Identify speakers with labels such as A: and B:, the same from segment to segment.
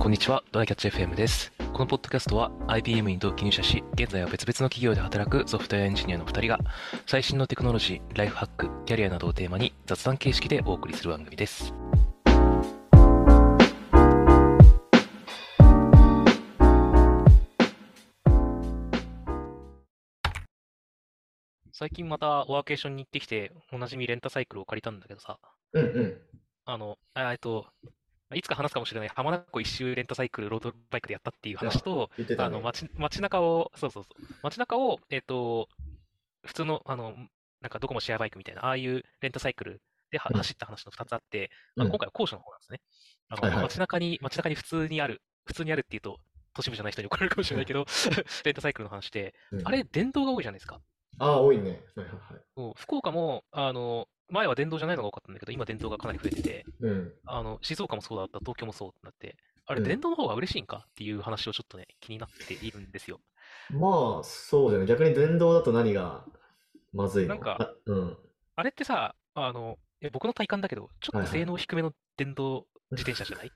A: こんにちは、ドライキャッチ FM です。このポッドキャストは IBM に同期入社し、現在は別々の企業で働くソフトウェアエンジニアの2人が、最新のテクノロジー、ライフハック、キャリアなどをテーマに雑談形式でお送りする番組です。最近またワーケーションに行ってきて、おなじみレンタサイクルを借りたんだけどさ、
B: うんうん。
A: あの、あえっと、まあいつか話すかもしれない浜名湖一周レンタサイクルロードバイクでやったっていう話と、
B: 言って
A: あ
B: た
A: の
B: ね。
A: 街、街中を、そうそうそう、街中を、えっと、普通の、あの、なんかどこもシェアバイクみたいな、ああいうレンタサイクルでは
B: うん
A: 走った話の2つあって、あ
B: う
A: の
B: ん
A: 今回は後者の方なんですね。あの、
B: はいはい
A: 街中に、街中に普通にある、普通にあるっていうと、都市部じゃない人に怒られるかもしれない けど、レンタサイクルの話で、
B: うん
A: あれ、電動が多いじゃないですか。
B: ああ、多いね。はいはいはい。
A: そう福岡も、あの、前は電動じゃないのが多かったんだけど、今電動がかなり増えてて、
B: うん。
A: あの、静岡もそうだった、東京もそうだって、あれ、
B: うん
A: 電動の方が嬉しいんかっていう話をちょっとね、気になっているんですよ。
B: まあ、そうじゃない。逆に電動だと何がまずいの
A: なんか
B: あうん。
A: あれってさ、あの、え僕の体感だけど、ちょっ
B: はい
A: と
B: はい
A: 性能低めの電動自転車じゃない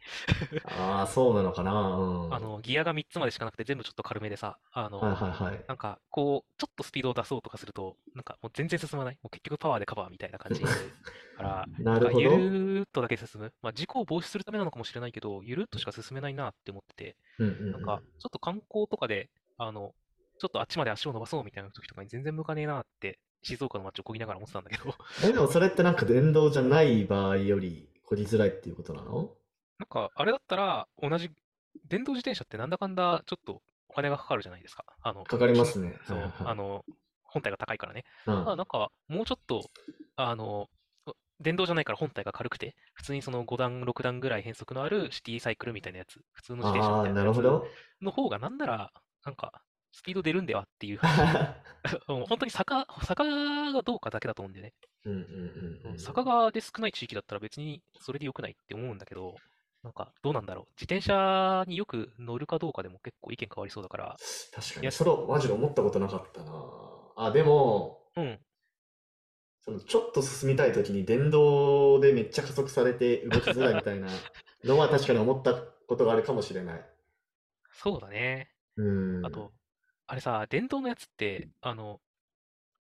B: ああ、そうなのかな。うん。
A: あの、ギアが3つまでしかなくて、全部ちょっと軽めでさ、あの、
B: はいはいはい。
A: なんか、こう、ちょっとスピードを出そうとかすると、なんかもう全然進まない。もう結局パワーでカバーみたいな感じになる から、
B: なるほ
A: ゆ
B: ど。
A: るーっとだけ進む。まあ、事故を防止するためなのかもしれないけど、ゆるーっとしか進めないなって思ってて、
B: うんうんうん
A: なんか、ちょっと観光とかで、あの、ちょっとあっちまで足を伸ばそうみたいな時とかに全然向かねえなって、静岡の街をこぎながら思ってたんだけど、
B: え、でもそれってなんか電動じゃない場合よりこぎづらいっていうことなの
A: なんか、あれだったら、同じ、電動自転車ってなんだかんだ、ちょっとお金がかかるじゃないですか。あの、
B: かかりますね。
A: そう
B: はいはい
A: あの、本体が高いからね。
B: うん
A: まあ、なんか、もうちょっと、あの、電動じゃないから本体が軽くて、普通にその5段、6段ぐらい変速のあるシティサイクルみたいなやつ、普通の自転車
B: あ
A: み
B: あ、
A: たいな
B: な
A: や
B: る
A: つ
B: ほど。
A: の方が、なんなら、なんか、スピード出るんではっていう話もう本当に坂、坂がどうかだけだと思うんだよね。
B: うんうんうんうん。
A: 坂がで少ない地域だったら別にそれで良くないって思うんだけど、なんかどうなんだろう。自転車によく乗るかどうかでも結構意見変わりそうだから。
B: 確か
A: いや
B: に。それをマジで思ったことなかったな。あ、でも、
A: うん。
B: そのちょっと進みたいときに電動でめっちゃ加速されて動きづらいみた いなのは確かに思ったことがあるかもしれない。
A: そうだね。
B: うん。
A: あと、あれさ、電動のやつって、あの、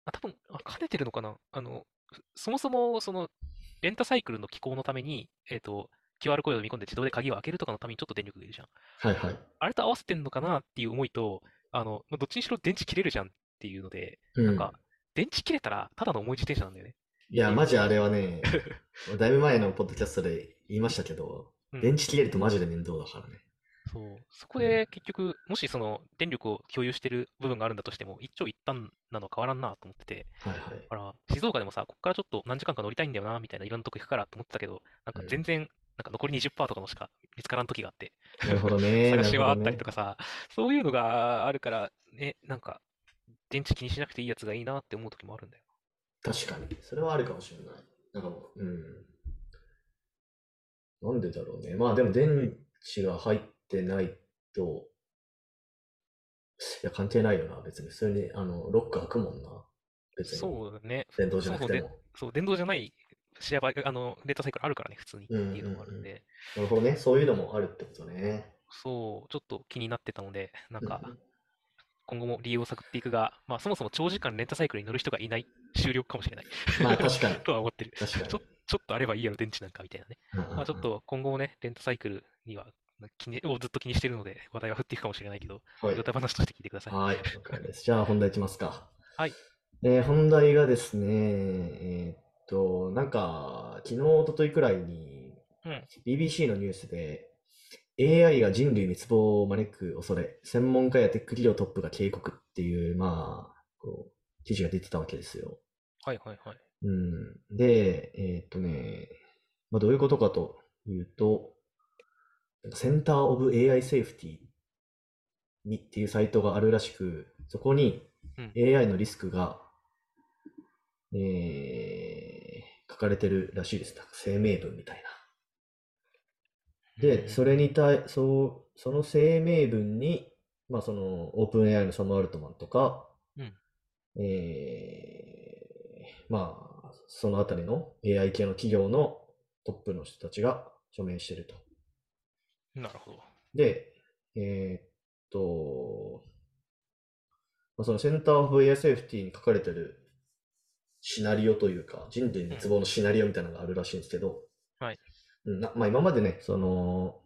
A: あ、多分、あ、兼ねてるのかなあの、そもそも、その、レンタサイクルの機構のために、えっと、QR コードを読み込んで自動で鍵を開けるとかのためにちょっと電力がいるじゃん。
B: はいはい。
A: あれと合わせてんのかなっていう思いと、あの、まあどっちにしろ電池切れるじゃんっていうので、
B: な
A: なんか、電池切れたら、ただの重い自転車なんだよね。
B: いや、マジあれは ね、だいぶ前のポッドキャストで言いましたけど、
A: うん
B: 電池切れるとマジで面倒だからね。
A: そう。そこで結局、もしその電力を共有してる部分があるんだとしても、一長一短なのは変わらんなと思ってて、
B: はいはい。
A: だから、静岡でもさ、こっからちょっと何時間か乗りたいんだよな、みたいな、いろんなとこ行くからと思ってたけど、なんか
B: うん
A: 全然、なんか残り20%とかのしか見つからん時があって、
B: なるほどね。
A: 探しはあった
B: な
A: り
B: る
A: とかさ、そういうのがあるから、ね、なんか、電池気にしなくていいやつがいいなって思う時もあるんだよ。
B: ほどね。確かに。それはあるかもしれない。なんかもう、うん。なんでだろうね。まあでも電池が入ってないと、いや、関係ないよな、別に。それに、あの、ロック開くもんな。別に。
A: そうだね。
B: 電動じゃなく
A: そ
B: て
A: う
B: も。
A: そう、電動じゃないシェアバイク、あの、レンタサイクルあるからね、普通にっていうのもあるん
B: うんうん
A: で、
B: なるほどね。そういうのもあるってことね。
A: そう、ちょっと気になってたので、なんか
B: うん、
A: 今後も理由を探っていくが、まあ、そもそも長時間レンタサイクルに乗る人がいない終了かもしれない
B: まあ確かに。
A: とは思ってる。
B: 確かに
A: ちょちょっとあればいいやろ、電池なんかみたいなね。まあ、ちょっと今後もね、レンタサイクルには気にをずっと気にしてるので、話題は振っていくかもしれないけど、
B: うんうん
A: 歌話として聞いてください。
B: はい。はい、了解です。じゃあ本題いきますか。
A: はい。
B: えー本題がですね、えーっと、なんか、昨日、一昨日くらいに
A: うん
B: BBC のニュースで、AI が人類滅亡を招く恐れ、専門家やテック企業トップが警告っていう、まあ、こう記事が出てたわけですよ。
A: はいはいはい。
B: うん。で、えーっとね、まあ、どういうことかというと、センターオブ AI セーフティにっていうサイトがあるらしく、そこに
A: うん
B: AI のリスクが、えー書かれてるらしいです。なんか声明文みたいな。
A: う
B: で、
A: ん
B: それに対、そう、その声明文に、まあその、オープン AI のサム・アルトマンとか、
A: うん
B: えーまあ、そのあたりの AI 系の企業のトップの人たちが署名してると。
A: なるほど。
B: で、えーっと、まあ、そのセンターオブ AI セーフティーに書かれてるシナリオというか、人類滅亡のシナリオみたいなのがあるらしいんですけど、
A: はい
B: うんなまあ、今までね、その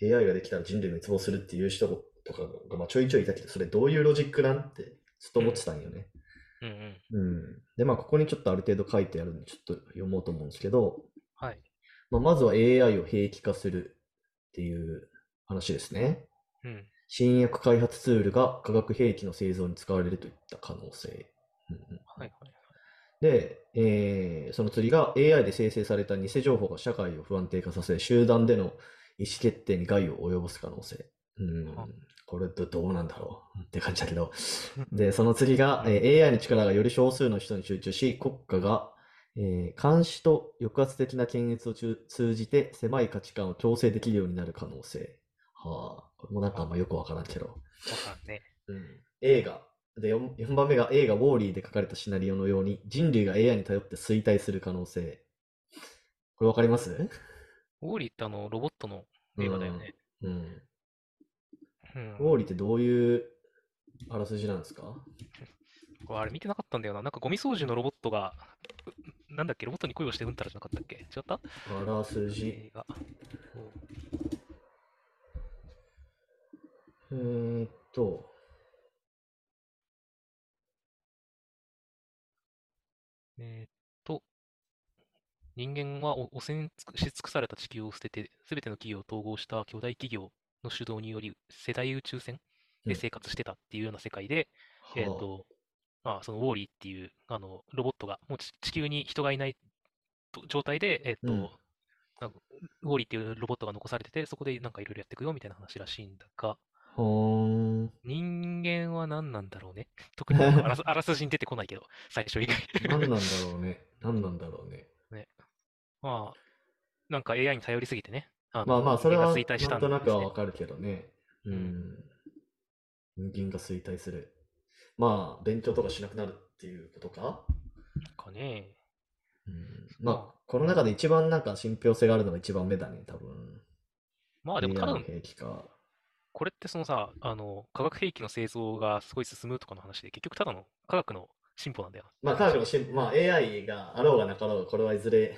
B: AI ができたら人類滅亡するっていう人とかが、まあ、ちょいちょいいたけど、それどういうロジックなんてずっと思ってたんよね。
A: うんうん。
B: うん。で、まあ、ここにちょっとある程度書いてあるんで、ちょっと読もうと思うんですけど、
A: はい。
B: まあ、まずは AI を兵器化するっていう話ですね。
A: うん。
B: 新薬開発ツールが化学兵器の製造に使われるといった可能性。うんうん
A: はいはい。
B: で、えーその次が AI で生成された偽情報が社会を不安定化させ、集団での意思決定に害を及ぼす可能性。うん
A: あ、
B: これどどうなんだろうって感じだけど。で、その次が、えー AI の力がより少数の人に集中し、国家が、えー監視と抑圧的な検閲を中通じて狭い価値観を強制できるようになる可能性。はあ、これもなんかあんまよくわからんけど。
A: わかんね。
B: うん、映画で 4, 4番目が映画「ウォーリー」で書かれたシナリオのように人類が AI に頼って衰退する可能性これわかります
A: ウォーリーってあの、ロボットの映画だよね。
B: うん、
A: うん。
B: ウォーリーってどういうあらすじなんですか
A: 僕あれ見てなかったんだよな。なんかゴミ掃除のロボットが、うなんだっけ、ロボットに恋をしてうんたらじゃなかったっけ違った
B: あらすじ
A: 映画。そう
B: うーんと
A: えーっと、人間はお汚染つくし尽くされた地球を捨てて、すべての企業を統合した巨大企業の主導により、世代宇宙船
B: うん
A: で生活してたっていうような世界で、えーっと、まあ、そのウォーリーっていうあのロボットが、もうち地球に人がいないと状態で、えーっと、
B: うん
A: なんかウォーリーっていうロボットが残されてて、そこでなんかいろいろやっていくよみたいな話らしいんだが、
B: はあは
A: 人間は何なんだろうね。 特になん かあらすあらすじに出てこないけど、最初以外。
B: ーん何なんだろうね何なんだろうね
A: まあ、なんか AI に頼りすぎてね。あ
B: まあ
A: の
B: まあそれは
A: 人間が衰退した
B: なんんとな
A: で
B: くは
A: す
B: わ
A: ね
B: かるけどねう
A: うん
B: 人間が衰退するまあ勉強とかしなくなるっていうことか
A: かね。
B: うん
A: まあ
B: まあ、この中で一番なんか信憑性があるのが一番目だね、多分。
A: まあでも多
B: AI の
A: 分、
B: 兵器か。
A: これってそのさ、あの、化学兵器の製造がすごい進むとかの話で、結局ただの科学の進歩なんだよ。
B: まあ、科学の進歩、まあ、AI があろうがなかろうが、これはいずれ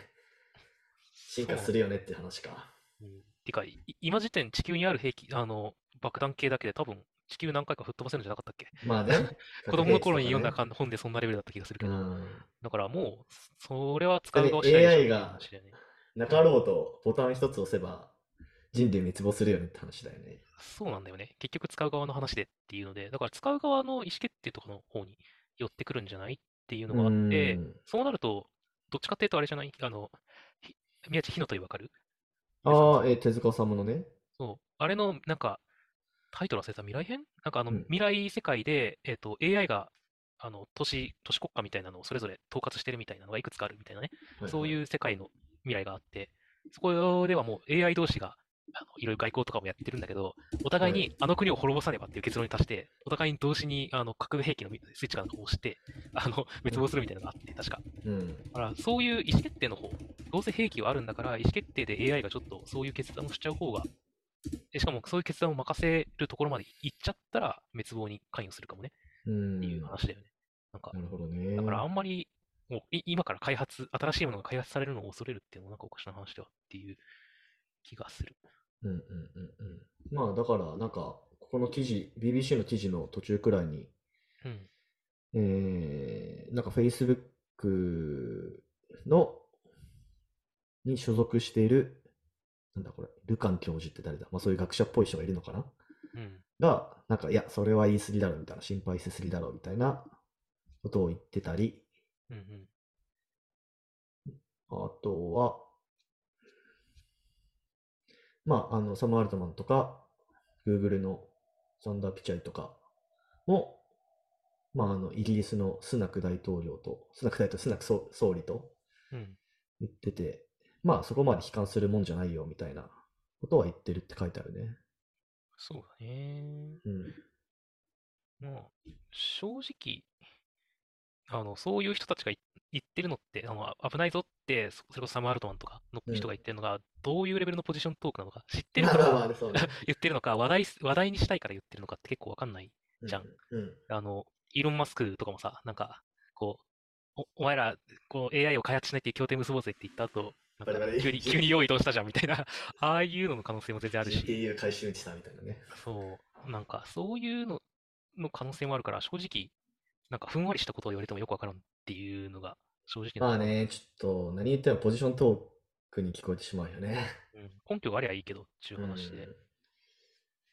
B: 進化するよねっていう話 か。
A: うんてか、い今時点地球にある兵器、あの、爆弾系だけで多分、地球何回か吹っ飛ばせるんじゃなかったっけ。
B: まあね
A: 子供の頃に読んだ
B: か
A: かん本でそんなレベルだった気がするけ
B: う
A: ど。
B: ん。
A: だからもう、それは使う側
B: で
A: 次第でしょ
B: AI が
A: っていう話だよね
B: なかろうとボタン一つ押せば人類滅亡するよねって話だよね。
A: そうなんだよね。結局使う側の話でっていうので、だから使う側の意思決定とかの方に寄ってくるんじゃないっていうのがあって、
B: うん
A: そうなると、どっちかっていうとあれじゃないあの、ひ宮地火の鳥わかる
B: ああ、えー、手塚治虫のね。
A: そう。あれの、なんか、タイトル忘れた未来編なんかあの、
B: うん
A: 未来世界で、えっと、AI が、あの、都市、都市国家みたいなのをそれぞれ統括してるみたいなのがいくつかあるみたいなね。そう
B: う。
A: いう世界の未来があって、そこではもう AI 同士があのいろいろ外交とかもやってるんだけど、お互い
B: は
A: にあの国を滅ぼさねばっていう結論に達して、お互いに同時にあの核兵器のスイッチかなんかを押して、あの滅亡するみたいなのがあって、確か。
B: うん。
A: だからそういう意思決定の方、どうせ兵器はあるんだから、意思決定で AI がちょっとそういう決断をしちゃう方が、えしかもそういう決断を任せるところまで行っちゃったら、滅亡に関与するかもね
B: うん。
A: っていう
B: な
A: 話だよね。なんか、
B: るほどね。
A: だからあんまり、もうい今から開発、新しいものが開発されるのを恐れるっていうのもなんかおかしな話だっていう気がする。
B: うんうんうんうん。まあだから、なんか、ここの記事、BBC の記事の途中くらいに、
A: うん。
B: えー、なんか Facebook の、に所属している、なんだこれ、ルカン教授って誰だまあそういう学者っぽい人がいるのかな
A: うん。
B: が、なんか、いや、それは言い過ぎだろみたいな、心配しすぎだろみたいなことを言ってたり、
A: うんうん。
B: あとは、まあ、あの、サム・アルトマンとか、Google のサンダー・ピチャイとかも、まあ、あの、イギリスのスナク大統領と、スナク大統領、スナク総総理と
A: うん。
B: 言ってて、まあ、そこまで悲観するもんじゃないよ、みたいなことは言ってるって書いてあるね。
A: そうだね。
B: うん。
A: まあ、正直、あの、そういう人たちがい言ってるのって、あの、あ危ないぞって、そそれこそサム・アルトマンとかの
B: う
A: 人
B: ん。
A: が言ってるのが、どういうレベルのポジショントークなのか、知ってる
B: まあ
A: か
B: まあ
A: ら
B: まあ、そうね。
A: 言ってるのか、話題す、話題にしたいから言ってるのかって結構わかんないう じゃん。
B: ん、うん。
A: あの、イーロン・マスクとかもさ、なんか、こう、お、お前ら、こう、AI を開発しないっていう協定結ぼうぜって言った後、なん
B: バリ
A: か、
B: バリ、
A: 急に、急に
B: G、
A: 用意どうしたじゃんみたいな ああいうのの可能性も全然あるし、
B: GPU 回収打ちさみたいなね。
A: そう、なんか、そういうのの可能性もあるから、正直、なんか、ふんわりしたことを言われてもよくわからんっていうのが、正直な
B: ま
A: と
B: あ
A: ころ。
B: ね、ちょっと何言ってもポジショントークに聞こえてしまうよね。
A: うん、根拠がありゃいいけど、っていう
B: う
A: 話で。
B: ん。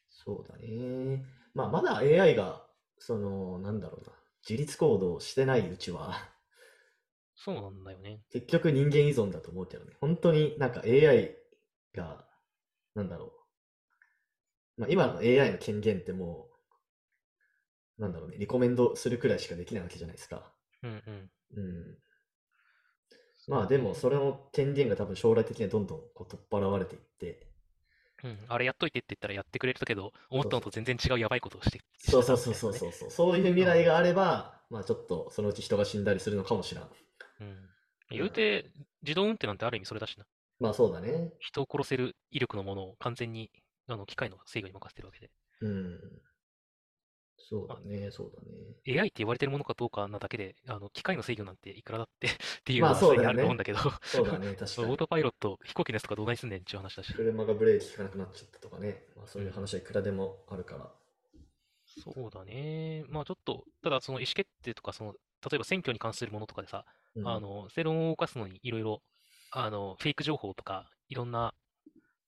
B: そうだね。まあ、まだ AI が、その、なんだろうな、自律行動してないうちは、
A: そうなんだよね。
B: 結局人間依存だと思うけどね。本当になんか AI が、なんだろう。まあ、今の AI の権限ってもう、なんだろうね、リコメンドするくらいしかできないわけじゃないですか。
A: うんうん。
B: うん。まあ
A: そう
B: でも、
A: ね。
B: それの権限が多分将来的にはどんどんこう取っ払われていって、
A: うん、あれやっといてって言ったらやってくれるけど、思っ
B: そ
A: た
B: うそ
A: の
B: う。
A: と全然違うやばいことをして、し
B: そう
A: て
B: そ
A: た
B: う
A: み
B: そう
A: たい
B: そう
A: なね。
B: そうそう。そういう未
A: う
B: 来
A: ん。
B: があれば、まあちょっとそのうち人が死んだりするのかもしらん。
A: うん。
B: う。
A: 言うんて、自動運転なんてある意味それだしな。
B: まあそうだね。
A: 人を殺せる威力のものを完全にあの機械の制御に任せてるわけで。
B: うん。そう
A: まあ、
B: だね、そうだね。
A: AI って言われてるものかどうかなだけで、あの機械の制御なんていくらだってっていう
B: ま
A: の
B: あ
A: は
B: そ
A: す
B: う
A: で
B: だ
A: にある
B: よ
A: と思うんだ
B: ね。
A: けど
B: そう だね、確
A: そ
B: か
A: うオー
B: に。
A: トパイロット、飛行機のやつとかどうないすんねんっていう話だし。。
B: 車がブレーキ効かなくなっちゃったとかね。まあそうういうん話はいくらでもあるから。
A: そうだね。まあちょっと、ただその意思決定とか、その、例えば選挙に関するものとかでさ、
B: う
A: あ
B: ん。
A: の、正論を動かすのにいろいろ、あの、フェイク情報とか、いろんな、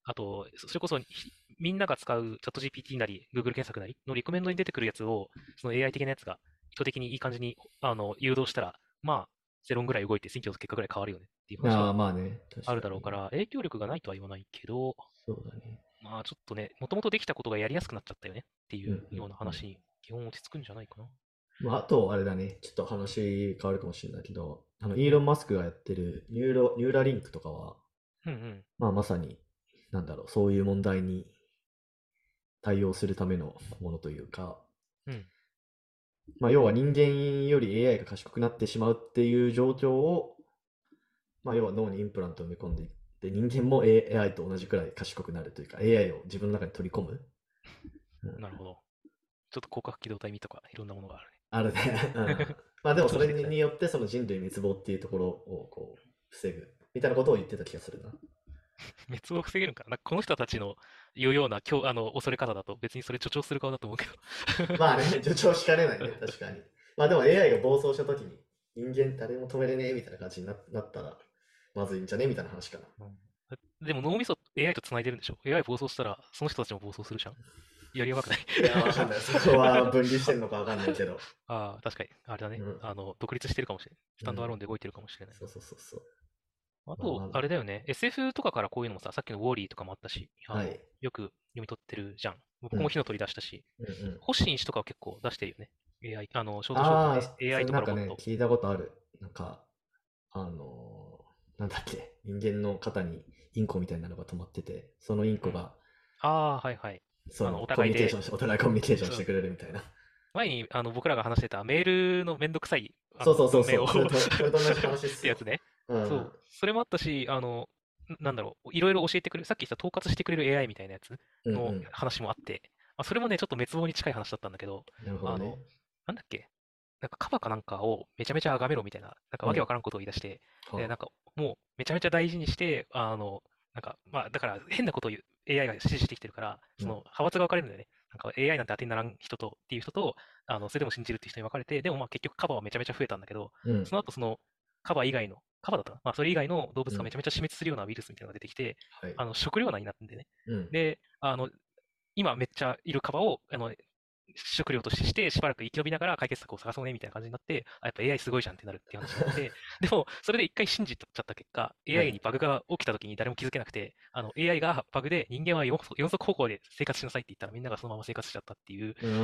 A: あと、そそれこそひみんなが使うチャット GPT なり、Google 検索なりのリコメンドに出てくるやつを、その AI 的なやつが意図的にいい感じにあの誘導したら、まあ、世論ぐらい動いて選挙の結果ぐらい変わるよねっていう話
B: あ
A: は
B: あ、まあね、確
A: ある
B: か
A: だろう
B: に。
A: から、影響力がないとは言わないけど、
B: そうだね。
A: まあちょっとね、もともとできたことがやりやすくなっちゃったよねって
B: う
A: い
B: ん
A: うような
B: うんうん。
A: 話に基本落ち着くんじゃないかな。
B: まああと、あれだね、ちょっと話変わるかもしれないけど、あの、イーロン・マスクがやってるニューロ、ニューラリンクとかは、
A: うんうん。
B: まあまさに、なんだろう、そういう問題に対応するためのものというか、
A: うん。
B: まあ要は人間より AI が賢くなってしまうっていう状況を、まあ要は脳にインプラントを埋め込んでいって、人間も AI と同じくらい賢くなるというか、AI を自分の中に取り込む。うん、
A: なるほど。ちょっと広角機動隊見とか、いろんなものがあるね。
B: あれね、 うん。まあでも
A: 調
B: そ
A: 子
B: れ
A: できない。
B: によってその人類滅亡っていうところをこう防ぐみたいなことを言ってた気がするな。
A: 滅亡を防げるんかな。なんかこの人たちの言うような、今日、あの、恐れ方だと、別にそれ助長する側だと思うけど。
B: まあね、助長しかねないね、確かに。まあでも AI が暴走したときに、人間誰も止めれねえみたいな感じにな、なったら、まずいんじゃねみたいな話かな。
A: うんでも脳みそ AI と繋いでるんでしょ ?AI 暴走したら、その人たちも暴走するじゃん。よりやばくない
B: いや、わかん ない。 そこは分離してんのかわかんないけど。
A: ああ、確かに。あれだ
B: う
A: ね。
B: ん、
A: あの、独立してるかもしれない。ス
B: う
A: タンドアローン
B: ん。
A: で動いてるかもしれない。
B: そうそうそうそう。
A: あ
B: まあ
A: と、
B: ま
A: あ
B: だ。
A: れだよね。SF とかからこういうのもさ、さっきのウォーリーとかもあったし、あ
B: は
A: の、
B: い。
A: よく読み取ってるじゃん。
B: う
A: 僕も
B: ん。
A: 火の鳥出したし、
B: うんうん。
A: 星石とかは結構出してるよね。AI、あの、ショートショート
B: あ
A: で
B: あ、そ
A: AI
B: れ
A: と
B: な
A: かロボ
B: んか
A: ッ
B: ね、
A: ト。
B: 聞いたことある。なんか、あのーなんだっけ、人間の肩にインコみたいなのが止まってて、そのイン
A: う
B: コ
A: ん。
B: が、
A: ああ、はいはい。
B: そ
A: あの、
B: の、
A: お
B: コ
A: 互
B: ミュ
A: い
B: ニケーシ
A: で、
B: ョンし、お互いコミュニケーション
A: そ
B: し
A: う
B: てくれるみたいな。
A: 前にあの僕らが話してたメールのめんどくさいあ
B: そう
A: の
B: そうそう
A: 文
B: そ
A: 明を
B: う、それと、それと同じ話っ
A: っ
B: す
A: てや
B: よ。
A: つね。
B: うん。
A: そう。それもあったし、あの、ななんだろう、いろいろ教えてくれる、さっき言った統括してくれる AI みたいなやつ
B: うんう
A: の
B: ん。
A: 話もあって、あ、それもね、ちょっと滅亡に近い話だったんだけど、
B: なるほど
A: あの、
B: ね。
A: なんだっけ、なんかカバかなんかをめちゃめちゃ崇めろみたいな、なんか
B: う
A: わけ
B: ん。
A: わからんことを言い出して、で、
B: は
A: なんかもうめちゃめちゃ大事にして、あの、なんか、まあだから変なことを言う AI が指示してきてるから、
B: あ。う
A: その
B: ん。
A: 派閥が分かれるんだよね。なんか AI なんて当てにならん人とっていう人と、あの、それでも信じるっていう人に分かれて、でもまあ結局カバはめちゃめちゃ増えたんだけど、
B: うん。
A: その後そのカバ以外の、カバだったかなまあそれ以外の動
B: う
A: 物がめ
B: ん。
A: ちゃめちゃ死滅するようなウイルスみたいなのが出てきて、
B: はい。
A: あの、食糧難になってんだよね。
B: うん。
A: で、あの、今めっちゃいるカバを、あの、食料としてして、しばらく生き延びながら解決策を探そうね、みたいな感じになって、あ、やっぱ AI すごいじゃんってなるっていう話になって、 でも、それで一回信じちゃった結果、
B: は
A: AI
B: い。
A: にバグが起きた時に誰も気づけなくて、あの、AI がバグで人間は4足四足歩行で生活しなさいって言ったらみんながそのまま生活しちゃったっていう
B: う
A: ような、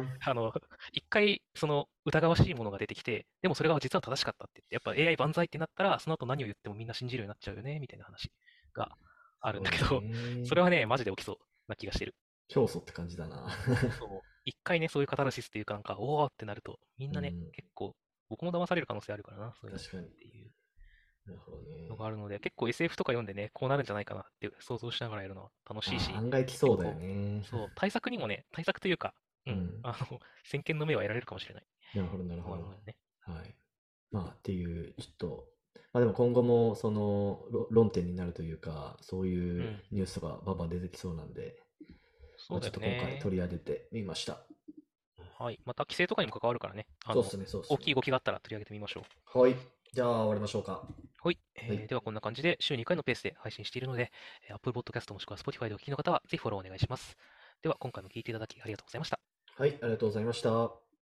B: ーん。
A: あの、一回その疑わしいものが出てきて、でもそれが実は正しかったって言って、やっぱ AI 万歳ってなったら、その後何を言ってもみんな信じるようになっちゃうよね、みたいな話があるん
B: そう
A: だけ
B: だ
A: ど、それ
B: ね。
A: はね、マジで起きそうな気が してる。
B: 教祖って感じだな。
A: そう。一回ね、そういうカタルシスというか、なんか、おおってなると、みん
B: う
A: なね、
B: ん。
A: 結構。僕も騙される可能性あるからな、そういうのっ
B: 確かに。
A: ていう
B: なるほどね
A: の。があるので、結構 SF とか読んでね、こうなるんじゃないかなって想像しながらやるのは楽しいし
B: あ、案外来そうだよね。
A: そう、対策にもね、対策というか、うん、
B: うん
A: あの、先見の目は得られるかもしれない。
B: なるほど、なる
A: こ
B: ほ
A: ういう
B: ど
A: の。でね。
B: はい。まあっていう、ちょっと、まあでも今後もそのろ論点になるというか、そういううんニュースとかバンバン出てきそうなんで、
A: そ
B: ま
A: う
B: あち
A: だ
B: ょっ
A: よ
B: と今回
A: ね。
B: 取り上げてみました。
A: はい。また規制とかにも関わるからね、あ
B: そう
A: の
B: っすね、そうっすね。
A: 大きい動きがあったら取り上げてみましょう。
B: はい。じゃあ終わりましょうか。
A: はい、えー
B: はい
A: ではこんな感じで週2回のペースで配信しているので、えー Apple Podcast もしくは Spotify でお聞きの方はぜひフォローお願いします。では今回も聞いていただきありがとうございました。
B: はい、ありがとうございました。